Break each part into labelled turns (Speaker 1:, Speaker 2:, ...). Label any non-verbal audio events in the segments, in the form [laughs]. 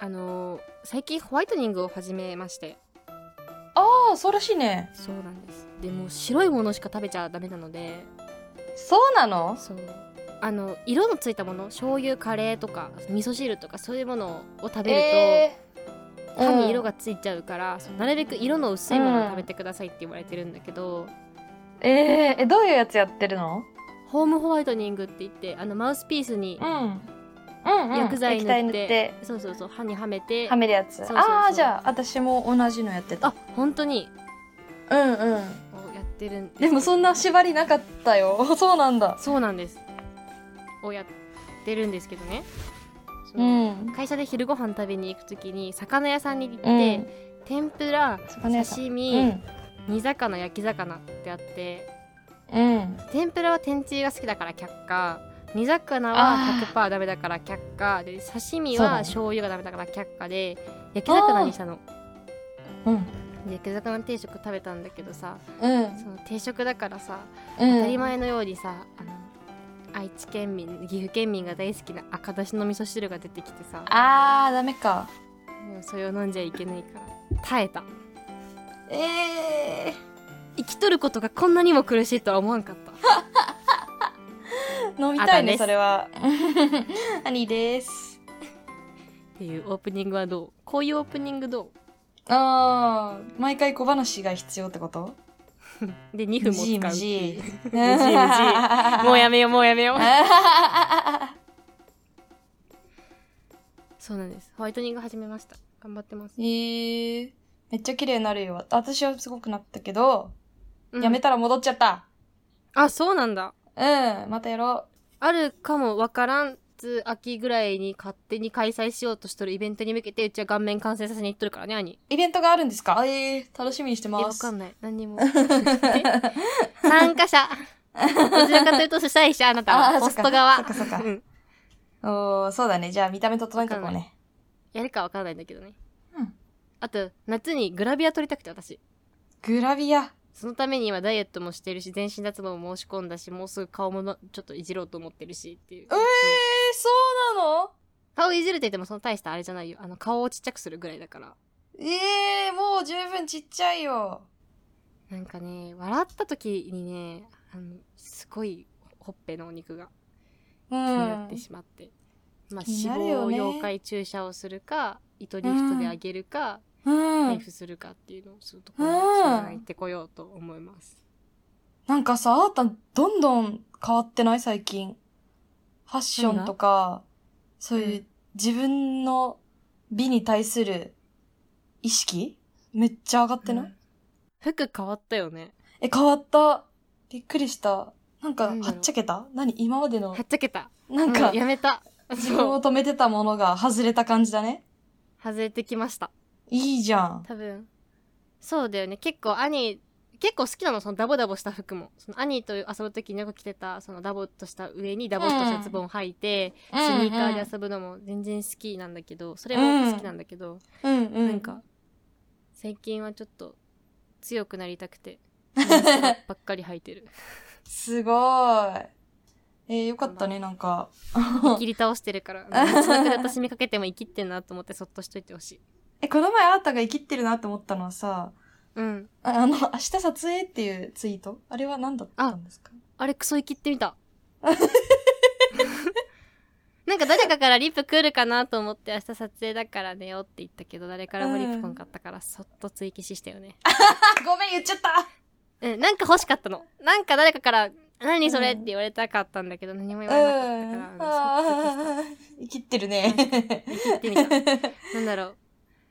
Speaker 1: あのー最近ホワイトニングを始めまして
Speaker 2: ああそうらしいね
Speaker 1: そうなんですでもう白いものしか食べちゃダメなので
Speaker 2: そうなの
Speaker 1: そうあの色のついたもの醤油カレーとか味噌汁とかそういうものを食べると、
Speaker 2: えー
Speaker 1: 歯に色がついちゃうから、そうなるべく色の薄いものを食べてくださいって言われてるんだけど、
Speaker 2: うんえー、えどういうやつやってるの
Speaker 1: ホームホワイトニングって言ってあのマウスピースに
Speaker 2: うんうん、うん、
Speaker 1: 薬剤塗
Speaker 2: 液
Speaker 1: っ
Speaker 2: 体
Speaker 1: て,、
Speaker 2: 塗って
Speaker 1: そうそうそう歯にはめて
Speaker 2: はめるやつ
Speaker 1: そうそうそう
Speaker 2: ああじゃあ私も同じのやってた
Speaker 1: あ本当に
Speaker 2: うんうん
Speaker 1: をやってるん
Speaker 2: でもそんな縛りなかったよ [laughs] そうなんだ
Speaker 1: そうなんですをやってるんですけどねそうの
Speaker 2: ん
Speaker 1: 会社で昼ご飯食べに行く時に魚屋さんに行っ
Speaker 2: う
Speaker 1: て、
Speaker 2: ん
Speaker 1: 天ぷら
Speaker 2: 魚屋さん
Speaker 1: 刺
Speaker 2: う
Speaker 1: 身、
Speaker 2: ん
Speaker 1: 煮魚焼き魚ってあって
Speaker 2: うん
Speaker 1: 天ぷらは天つゆが好きだから却下煮魚
Speaker 2: あ
Speaker 1: は
Speaker 2: ー
Speaker 1: 100%ダメだから却下で刺身
Speaker 2: そうだ
Speaker 1: は
Speaker 2: ね
Speaker 1: 醤油がダメだから却下で焼き魚にしたの
Speaker 2: うん
Speaker 1: で焼き魚定食食べたんだけどさ
Speaker 2: うん
Speaker 1: その定食だからさ
Speaker 2: うん
Speaker 1: 当たり前のようにさあの愛知県民岐阜県民が大好きな赤だしの味噌汁が出てきてさ
Speaker 2: あーダメか
Speaker 1: でもそれを飲んじゃいけないから耐えた
Speaker 2: え
Speaker 1: 生きとることがこんなにも苦しいとは思わんかった
Speaker 2: ー、飲みたい
Speaker 1: あダメ
Speaker 2: ね
Speaker 1: です
Speaker 2: それは [laughs] 兄です
Speaker 1: っていうオープニングはどうこういうオープニングど
Speaker 2: あー毎回小話が必要っ
Speaker 1: [laughs]
Speaker 2: てこと
Speaker 1: うで2分も使う
Speaker 2: むじいむじ
Speaker 1: む
Speaker 2: い
Speaker 1: じい [laughs] もうやめようもうやめようそうなんですホワイトニング始めました頑張ってます、
Speaker 2: [laughs] えー、めっちゃ綺麗になるよ。私はすごくなったけど、
Speaker 1: うん
Speaker 2: やめたら戻っちゃった。
Speaker 1: あそうなんだ
Speaker 2: うん、またやろ
Speaker 1: あるかもわからんつ秋ぐらいに勝手に開催しようとしてるイベントに向けてうちは顔面完成させに行っとるからね兄
Speaker 2: う。イベントがあるんですかええー、楽しみにして
Speaker 1: え
Speaker 2: ま
Speaker 1: わ
Speaker 2: す。
Speaker 1: かんない何にも [laughs] 参加者どちらかというと主催者あなた
Speaker 2: あ
Speaker 1: は
Speaker 2: ーそ
Speaker 1: ホ
Speaker 2: っ
Speaker 1: ス
Speaker 2: か
Speaker 1: ト側
Speaker 2: そっか
Speaker 1: [laughs]
Speaker 2: そっか
Speaker 1: うん
Speaker 2: おー、そうだね。じゃあ見た目整えとこうね。
Speaker 1: やるかわからないんだけどね
Speaker 2: うん
Speaker 1: あと夏にグラビア撮りたくて私
Speaker 2: グラビア。
Speaker 1: そのために今ダイエットもしてるし全身脱毛も申し込んだしもうすぐ顔ものちょっといじろうと思ってるしっていう
Speaker 2: えー、そうなの
Speaker 1: 顔いじるって言ってもその大したあれじゃないよあの顔をちっちゃくするぐらいだから
Speaker 2: ええー、もう十分ちっちゃいよ。
Speaker 1: なんかね笑った時にねあのすごいほっぺのお肉が
Speaker 2: う
Speaker 1: 気になっ
Speaker 2: ん
Speaker 1: て。しまって、まあ
Speaker 2: 気にな
Speaker 1: 脂
Speaker 2: る
Speaker 1: 肪
Speaker 2: よ
Speaker 1: を
Speaker 2: ね
Speaker 1: 溶解注射をするか糸リフトであげるか、
Speaker 2: う
Speaker 1: 配
Speaker 2: ん。
Speaker 1: 布するかっていうのをするところに
Speaker 2: うん
Speaker 1: 相談行ってこようと思います、
Speaker 2: なんかさ、あーたんどんどん変わってない最近。ファッションとか、そういうう自分の美に対する意識めっちゃ上がってない、
Speaker 1: うん服変わったよね
Speaker 2: え、変わった。びっくりした。なんか、
Speaker 1: なんだ
Speaker 2: は
Speaker 1: ろう
Speaker 2: っちゃけた何今までの
Speaker 1: はっ、ちゃけた
Speaker 2: なんか
Speaker 1: う、やめた
Speaker 2: 自分
Speaker 1: そう
Speaker 2: を止めてたものが外れた感じだね。
Speaker 1: 外れてきました
Speaker 2: いいじゃん。
Speaker 1: 多分そうだよね結構兄結構好きなのそのダボダボした服もその兄と遊ぶ時によく着てたそのダボっとした上にダボっとしたズボンを履いて、
Speaker 2: ス
Speaker 1: スニーカーで遊ぶのも全然好きなんだけどそれも好きなんだけど、
Speaker 2: うんうん。
Speaker 1: なんか最近はちょっと強くなりたく [laughs] てモンストばっかり履いてる
Speaker 2: すごい。えー、よかったね、なんか。
Speaker 1: 切り倒してる [laughs] から夏ので私見かけても生きってんなと思ってそっとしといてほしい
Speaker 2: え、この前あなたが生きってるなって思ったのはさ、
Speaker 1: [laughs] うん
Speaker 2: ああの、明 [laughs] 日撮影っていうツイートあれは何だったんですか
Speaker 1: あれクソ生きってみたなんか誰かからリップ来るかなと思って明日撮影だから寝ようって言ったけど誰からもリップ来んかったからそっと追記ししたよね
Speaker 2: あ、ごめん、言っちゃった
Speaker 1: うん、なんか欲しかったの。なんか誰かから、何それって言われたかったんだけど、何も言われなかったから、うんそっ
Speaker 2: あー生きってるね。
Speaker 1: と生きてみ
Speaker 2: [laughs]
Speaker 1: た。 [laughs] なんだろう。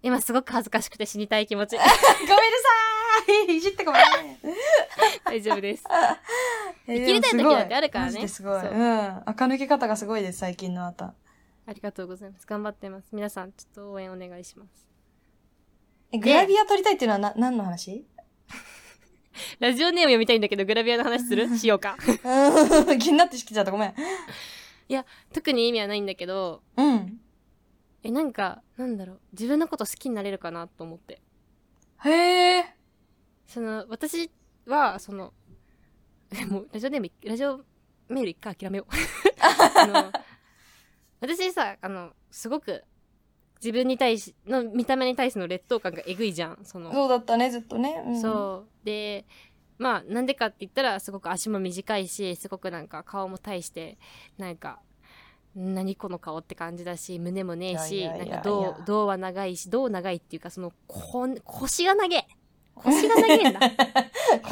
Speaker 1: 今すごく恥ずかしくて死にたい気持 [laughs] ち。
Speaker 2: ごめんなさいいじってごめん。
Speaker 1: 大丈夫です。
Speaker 2: えー
Speaker 1: 生きれたい時なんてあるからね
Speaker 2: マジですごい。。
Speaker 1: そううん
Speaker 2: 垢抜け方がすごいです、最近のあなた。
Speaker 1: ありがとうございます。頑張ってます。皆さん、ちょっと応援お願いします。
Speaker 2: え、グラビア撮りたいっていうのはな、何の話
Speaker 1: ラジオネーム読みたいんだけど、グラビアの話するしようか。
Speaker 2: うん [laughs] 気になってきちゃった、ごめん。
Speaker 1: 特に意味はないんだけど、
Speaker 2: うん。
Speaker 1: え、なんか、なんだろう。自分のこと好きになれるかなと思って。
Speaker 2: へえ。
Speaker 1: その私はそのでもラジオネームラジオメール一 [laughs] 回諦めようあの私さあのすごく自分に対しの見た目に対しての劣等感がえぐいじゃんその
Speaker 2: そうだったね、ずっとね。うん
Speaker 1: そうでまあなんでかって言ったらすごく足も短いしすごくなんか顔も大してなんか何この顔って感じだし胸もねえし
Speaker 2: いやいやいやいや
Speaker 1: なんか胴胴は長いし胴長いっていうかそのこん腰が長え腰が長えん
Speaker 2: [laughs]
Speaker 1: だ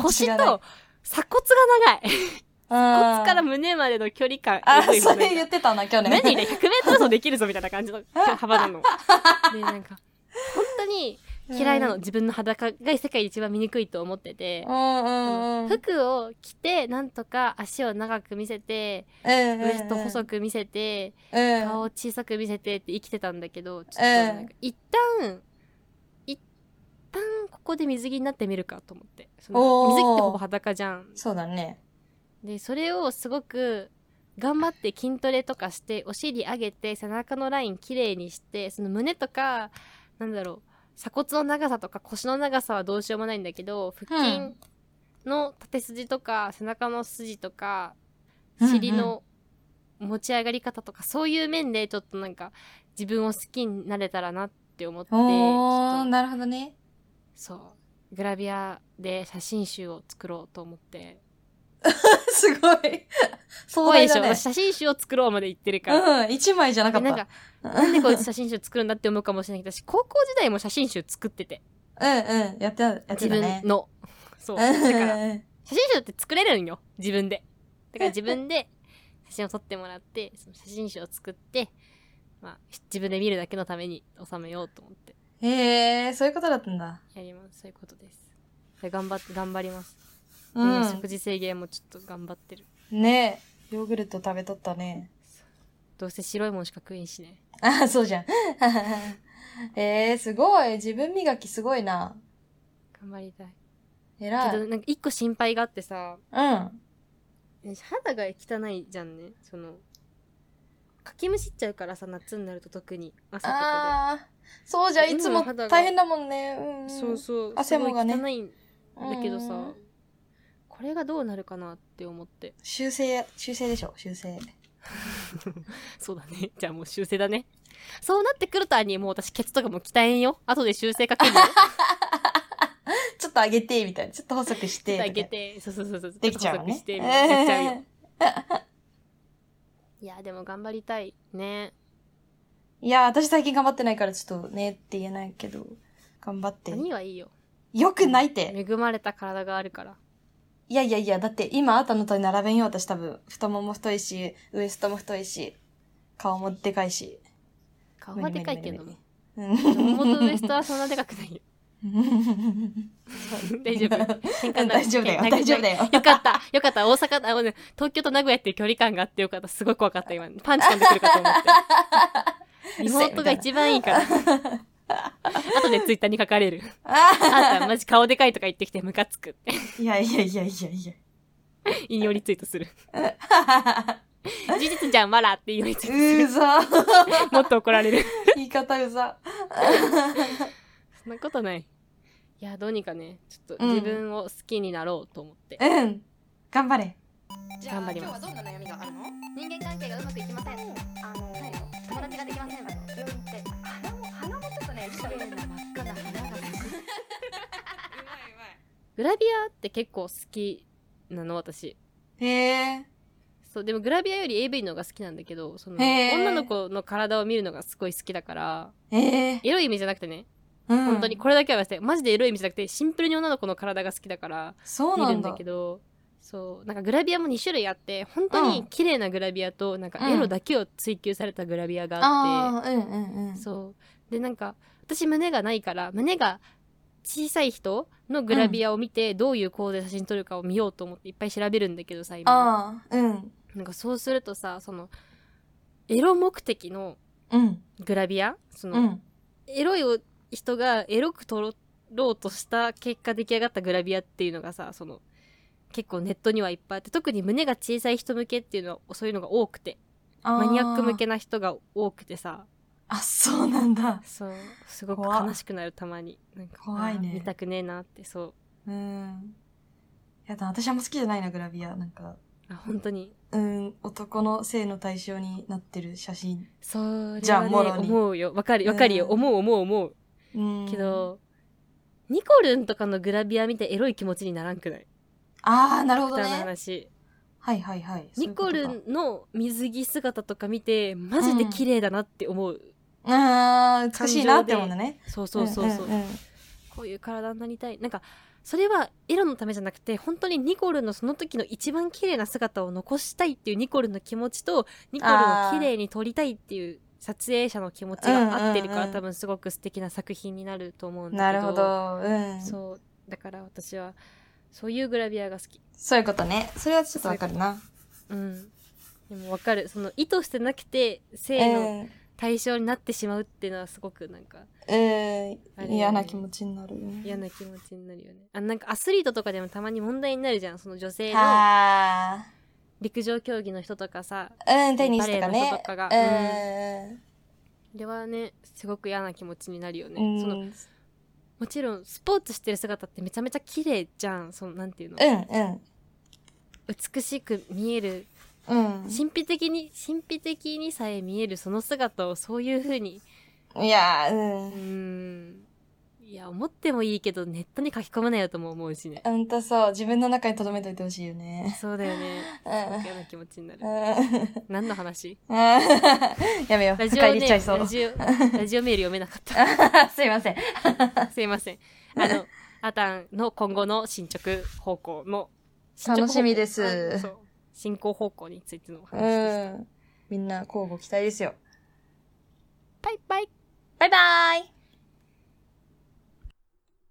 Speaker 1: 腰
Speaker 2: が
Speaker 1: と
Speaker 2: ね
Speaker 1: 鎖骨が長い
Speaker 2: あ
Speaker 1: 骨
Speaker 2: ー
Speaker 1: から胸までの距離感
Speaker 2: あ
Speaker 1: えぐい
Speaker 2: ー、
Speaker 1: も
Speaker 2: そ
Speaker 1: ん
Speaker 2: れ言
Speaker 1: ね
Speaker 2: ってたな、去年。
Speaker 1: 目にね 100m 走できるぞみたいな感じの幅
Speaker 2: [laughs]
Speaker 1: なのでなんか本当に嫌いなの、
Speaker 2: うん
Speaker 1: 自分の裸が世界で一番醜いと思ってて、
Speaker 2: うんうんうん。
Speaker 1: 服を着てなんとか足を長く見せて、
Speaker 2: うんうん
Speaker 1: ウエスト細く見せて、
Speaker 2: うん
Speaker 1: 顔を小さく見せてって生きてたんだけどちょっと
Speaker 2: ええ
Speaker 1: なんか一旦一旦ここで水着になってみるかと思ってその
Speaker 2: おー
Speaker 1: 水着ってほぼ裸じゃん
Speaker 2: そうだね。
Speaker 1: でそれをすごく頑張って筋トレとかしてお尻上げて背中のライン綺麗にしてその胸とかなんだろう鎖骨の長さとか腰の長さはどうしようもないんだけど腹
Speaker 2: う
Speaker 1: 筋
Speaker 2: ん
Speaker 1: の縦筋とか背中の筋とか
Speaker 2: うんうん
Speaker 1: 尻の持ち上がり方とかそういう面でちょっとなんか自分を好きになれたらなって思ってち
Speaker 2: おー、
Speaker 1: ょっと
Speaker 2: なるほどね。
Speaker 1: そうグラビアで写真集を作ろうと思って。
Speaker 2: [laughs] す [laughs] ごい。壮
Speaker 1: 怖いで
Speaker 2: 大
Speaker 1: し
Speaker 2: だ
Speaker 1: ょ、
Speaker 2: ね。
Speaker 1: 私写真集を作ろうまで言ってるから、
Speaker 2: うん、一枚じゃなか
Speaker 1: で
Speaker 2: っ
Speaker 1: なん
Speaker 2: た
Speaker 1: か。なんでこいつ写真集作るんだって思うかもしれないけど私高校時代も写真集作ってて
Speaker 2: うんうん、やってた、やってた
Speaker 1: 自
Speaker 2: ね
Speaker 1: 分。の、そうだから写真集って作れるんよ自分でだ
Speaker 2: [laughs]
Speaker 1: から自分で写真を撮ってもらってその写真集を作って、まあ、自分で見るだけのために収めようと思って
Speaker 2: へえー、そういうことだったんだ。
Speaker 1: やりますそういうことですで頑張って頑張ります、
Speaker 2: う
Speaker 1: で
Speaker 2: ん
Speaker 1: 食。事制限もちょっと頑張ってる
Speaker 2: ねえ、ヨーグルト食べとったね。 [laughs]
Speaker 1: どうせ白いもんしか食えんしね
Speaker 2: あー、そうじゃん。 [laughs] えー、すごい。自分磨きすごいな。
Speaker 1: 頑張りたい
Speaker 2: 偉
Speaker 1: け
Speaker 2: い。う
Speaker 1: ど
Speaker 2: ん。
Speaker 1: なんか一個心配があってさ
Speaker 2: あ
Speaker 1: ね肌が汚いじゃんねそのかきむしっちゃうからさ夏になると特に朝とか
Speaker 2: あー、そうじゃん。い
Speaker 1: 今
Speaker 2: つ
Speaker 1: の
Speaker 2: も
Speaker 1: 肌が
Speaker 2: 大変だもんね。うんうん。
Speaker 1: でそうそう
Speaker 2: 汗もがね
Speaker 1: すごい汚いんだけどさ、
Speaker 2: うん
Speaker 1: これがどうなるかなって思って [laughs]
Speaker 2: 修正や、修正でしょ、修正。
Speaker 1: そうだねじゃあもう修正だねそうなってくるとにもう私ケツとかも鍛えんよ後で修正かけ
Speaker 2: [laughs]
Speaker 1: るよ
Speaker 2: [laughs] ちょっと上げて、みたいな。ちょっと細くして。
Speaker 1: 上げてそうそうそうそう
Speaker 2: できちゃう
Speaker 1: ょ
Speaker 2: わ
Speaker 1: っと細くし。
Speaker 2: ね
Speaker 1: て
Speaker 2: え
Speaker 1: みたいなできちゃうよ
Speaker 2: [laughs] ー
Speaker 1: いやでも頑張りたいね
Speaker 2: いや、私最近頑張ってないからちょっとねって言えないけど、頑張って。
Speaker 1: 何がいいよ
Speaker 2: よくないって。
Speaker 1: 恵まれた体があるから
Speaker 2: いやいやいや、だって今あったのと並べんよ、私多分。太もも太いし、ウエストも太いし、顔もでかいし。
Speaker 1: 顔がでかいけども
Speaker 2: うん。
Speaker 1: もとウエストはそんなでかくないよ [laughs] 大丈夫喧嘩になる
Speaker 2: [laughs] 大丈夫だよ
Speaker 1: 喧嘩
Speaker 2: 大丈夫だよ
Speaker 1: よかった。よかった。大阪だ、あのね、東京と名古屋っていう距離感があってよかった。すごい怖かった、今。パンチ飛んでくるかと思 [laughs] っ
Speaker 2: [laughs]
Speaker 1: て。妹が一番いい [laughs] から。後でツイッターに書かれる。あんた、マジ顔でかいとか言ってきてムカつくって。 [laughs]
Speaker 2: いやいやいやいやいや。
Speaker 1: 引用リツイートする。事実じゃん、わらって引用リツイー
Speaker 2: うざ。
Speaker 1: トする。もっと怒られる。
Speaker 2: 言い方うざ。
Speaker 1: そんなことない。いや、どうにかね、ちょっと自分を好きになろうと思って。
Speaker 2: うん。頑張れ。
Speaker 3: じゃあ
Speaker 1: 頑張ります
Speaker 3: 今日はどんな悩みがあるの
Speaker 4: 人間関係がうまくいきません、あの友達ができません病院行って鼻も鼻もちょっとね綺麗な真っ赤な鼻が
Speaker 3: うまいうまい
Speaker 1: グラビアって結構好きなの、私。
Speaker 2: へえ。
Speaker 1: そうでもグラビアより AV の方が好きなんだけどその
Speaker 2: へー
Speaker 1: 女の子の体を見るのがすごい好きだから
Speaker 2: ええ。
Speaker 1: エロい意味じゃなくてね、
Speaker 2: うん
Speaker 1: 本当にこれだけは忘れマジでエロい意味じゃなくてシンプルに女の子の体が好きだから
Speaker 2: そう
Speaker 1: 見
Speaker 2: な
Speaker 1: る
Speaker 2: ん
Speaker 1: ん
Speaker 2: だ
Speaker 1: だけ。どそうなんかグラビアも2種類あって本当に綺麗なグラビアとなんかエロだけを追求されたグラビアがあって、
Speaker 2: ああ、うんうんうん。
Speaker 1: そうでなんか私胸がないから胸が小さい人のグラビアを見てどういう構図で写真撮るかを見ようと思っていっぱい調べるんだけどさ今
Speaker 2: ああ、うん。
Speaker 1: なんかそうするとさそのエロ目的の
Speaker 2: うん。
Speaker 1: グラビアその、
Speaker 2: うん。
Speaker 1: エロいを人がエロく撮ろうとした結果出来上がったグラビアっていうのがさその結構ネットにはいっぱいあって特に胸が小さい人向けっていうのはそういうのが多くてマニアック向けな人が多くてさ
Speaker 2: あー。あ、そうなんだ。
Speaker 1: そうすごく
Speaker 2: 怖っ
Speaker 1: 悲しくなるたまになんか
Speaker 2: 怖いね
Speaker 1: あー見たくねえなってそう
Speaker 2: うん。やだ、私あんま好きじゃないな、グラビア。なんか、
Speaker 1: あ本当に
Speaker 2: うん、男の性の対象になってる写真。
Speaker 1: それは、ね、
Speaker 2: じゃあもろに
Speaker 1: 思うよわかるわかるよ、
Speaker 2: うん
Speaker 1: 思う思う思う
Speaker 2: うん。
Speaker 1: け。ど、ニコルンとかのグラビア見てエロい気持ちにならんくない
Speaker 2: ああ、なるほど
Speaker 1: 歌の
Speaker 2: ね。
Speaker 1: 話
Speaker 2: はいはいはい。
Speaker 1: ニコル
Speaker 2: ン。
Speaker 1: ンの水着姿とか見てマジで綺麗だなって思う、
Speaker 2: ああ、美しいなって思うんだね。
Speaker 1: そうそうそうそう,、
Speaker 2: んんん
Speaker 1: こういう体になりたいなんかそれはエロのためじゃなくて本当にニコルンのその時の一番綺麗な姿を残したいっていうニコルンの気持ちとニコルンを綺麗に撮りたいっていう撮影者の気持ちが合ってるから、
Speaker 2: うんうんうん
Speaker 1: 多分すごく素敵な作品になると思うんだ
Speaker 2: な
Speaker 1: け
Speaker 2: る
Speaker 1: ど
Speaker 2: ほど。うん。そう
Speaker 1: そうだから私はそういうグラビアが好き
Speaker 2: いうことね。それはちょっとわかるな。
Speaker 1: うんでもわかるその意図してなくて
Speaker 2: う
Speaker 1: 性の
Speaker 2: ん。
Speaker 1: 対象になってしまうっていうのはすごくなんか
Speaker 2: う
Speaker 1: あ
Speaker 2: ん。
Speaker 1: れ
Speaker 2: 嫌な気持ちになるよね。
Speaker 1: 嫌な気持ちになるよねあなんかアスリートとかでもたまに問題になるじゃんその女性の
Speaker 2: は
Speaker 1: 陸上競技の人とかさ
Speaker 2: あ。うん、テニスと
Speaker 1: バレ
Speaker 2: か
Speaker 1: ーの人
Speaker 2: ね
Speaker 1: と。かがあれはねすごく嫌な気持ちになるよね、
Speaker 2: うん。うん。
Speaker 1: その
Speaker 2: うん、
Speaker 1: もちろんスポーツしてる姿ってめちゃめちゃ綺麗じゃんそのなんていうの
Speaker 2: うん。
Speaker 1: 美しく見える
Speaker 2: うん。
Speaker 1: 神秘的に神秘的にさえ見えるその姿をそういう風に
Speaker 2: いやー、
Speaker 1: うー
Speaker 2: うん。
Speaker 1: んいや思ってもいいけどネットに書き込まないよとも思うしね
Speaker 2: ほんとそう、自分の中に留めといてほしいよね。
Speaker 1: そうだよね
Speaker 2: う
Speaker 1: すご
Speaker 2: ん
Speaker 1: く嫌な気持ちになる
Speaker 2: うん
Speaker 1: 何の話
Speaker 2: [laughs] やめよう。
Speaker 1: ラ
Speaker 2: 深
Speaker 1: ジオ
Speaker 2: 入
Speaker 1: ね
Speaker 2: りしちゃいそう
Speaker 1: ラ。ジオラジオメール読めなかっ
Speaker 2: [laughs] すいません。
Speaker 1: た
Speaker 2: [laughs]
Speaker 1: すいませんあのアタンの今後の進捗方向の進捗方向
Speaker 2: 楽しみです
Speaker 1: あそう進行方向についてのお話でした
Speaker 2: うん。みんな、交互期待ですよ。
Speaker 1: バイバイ
Speaker 2: バイバーイ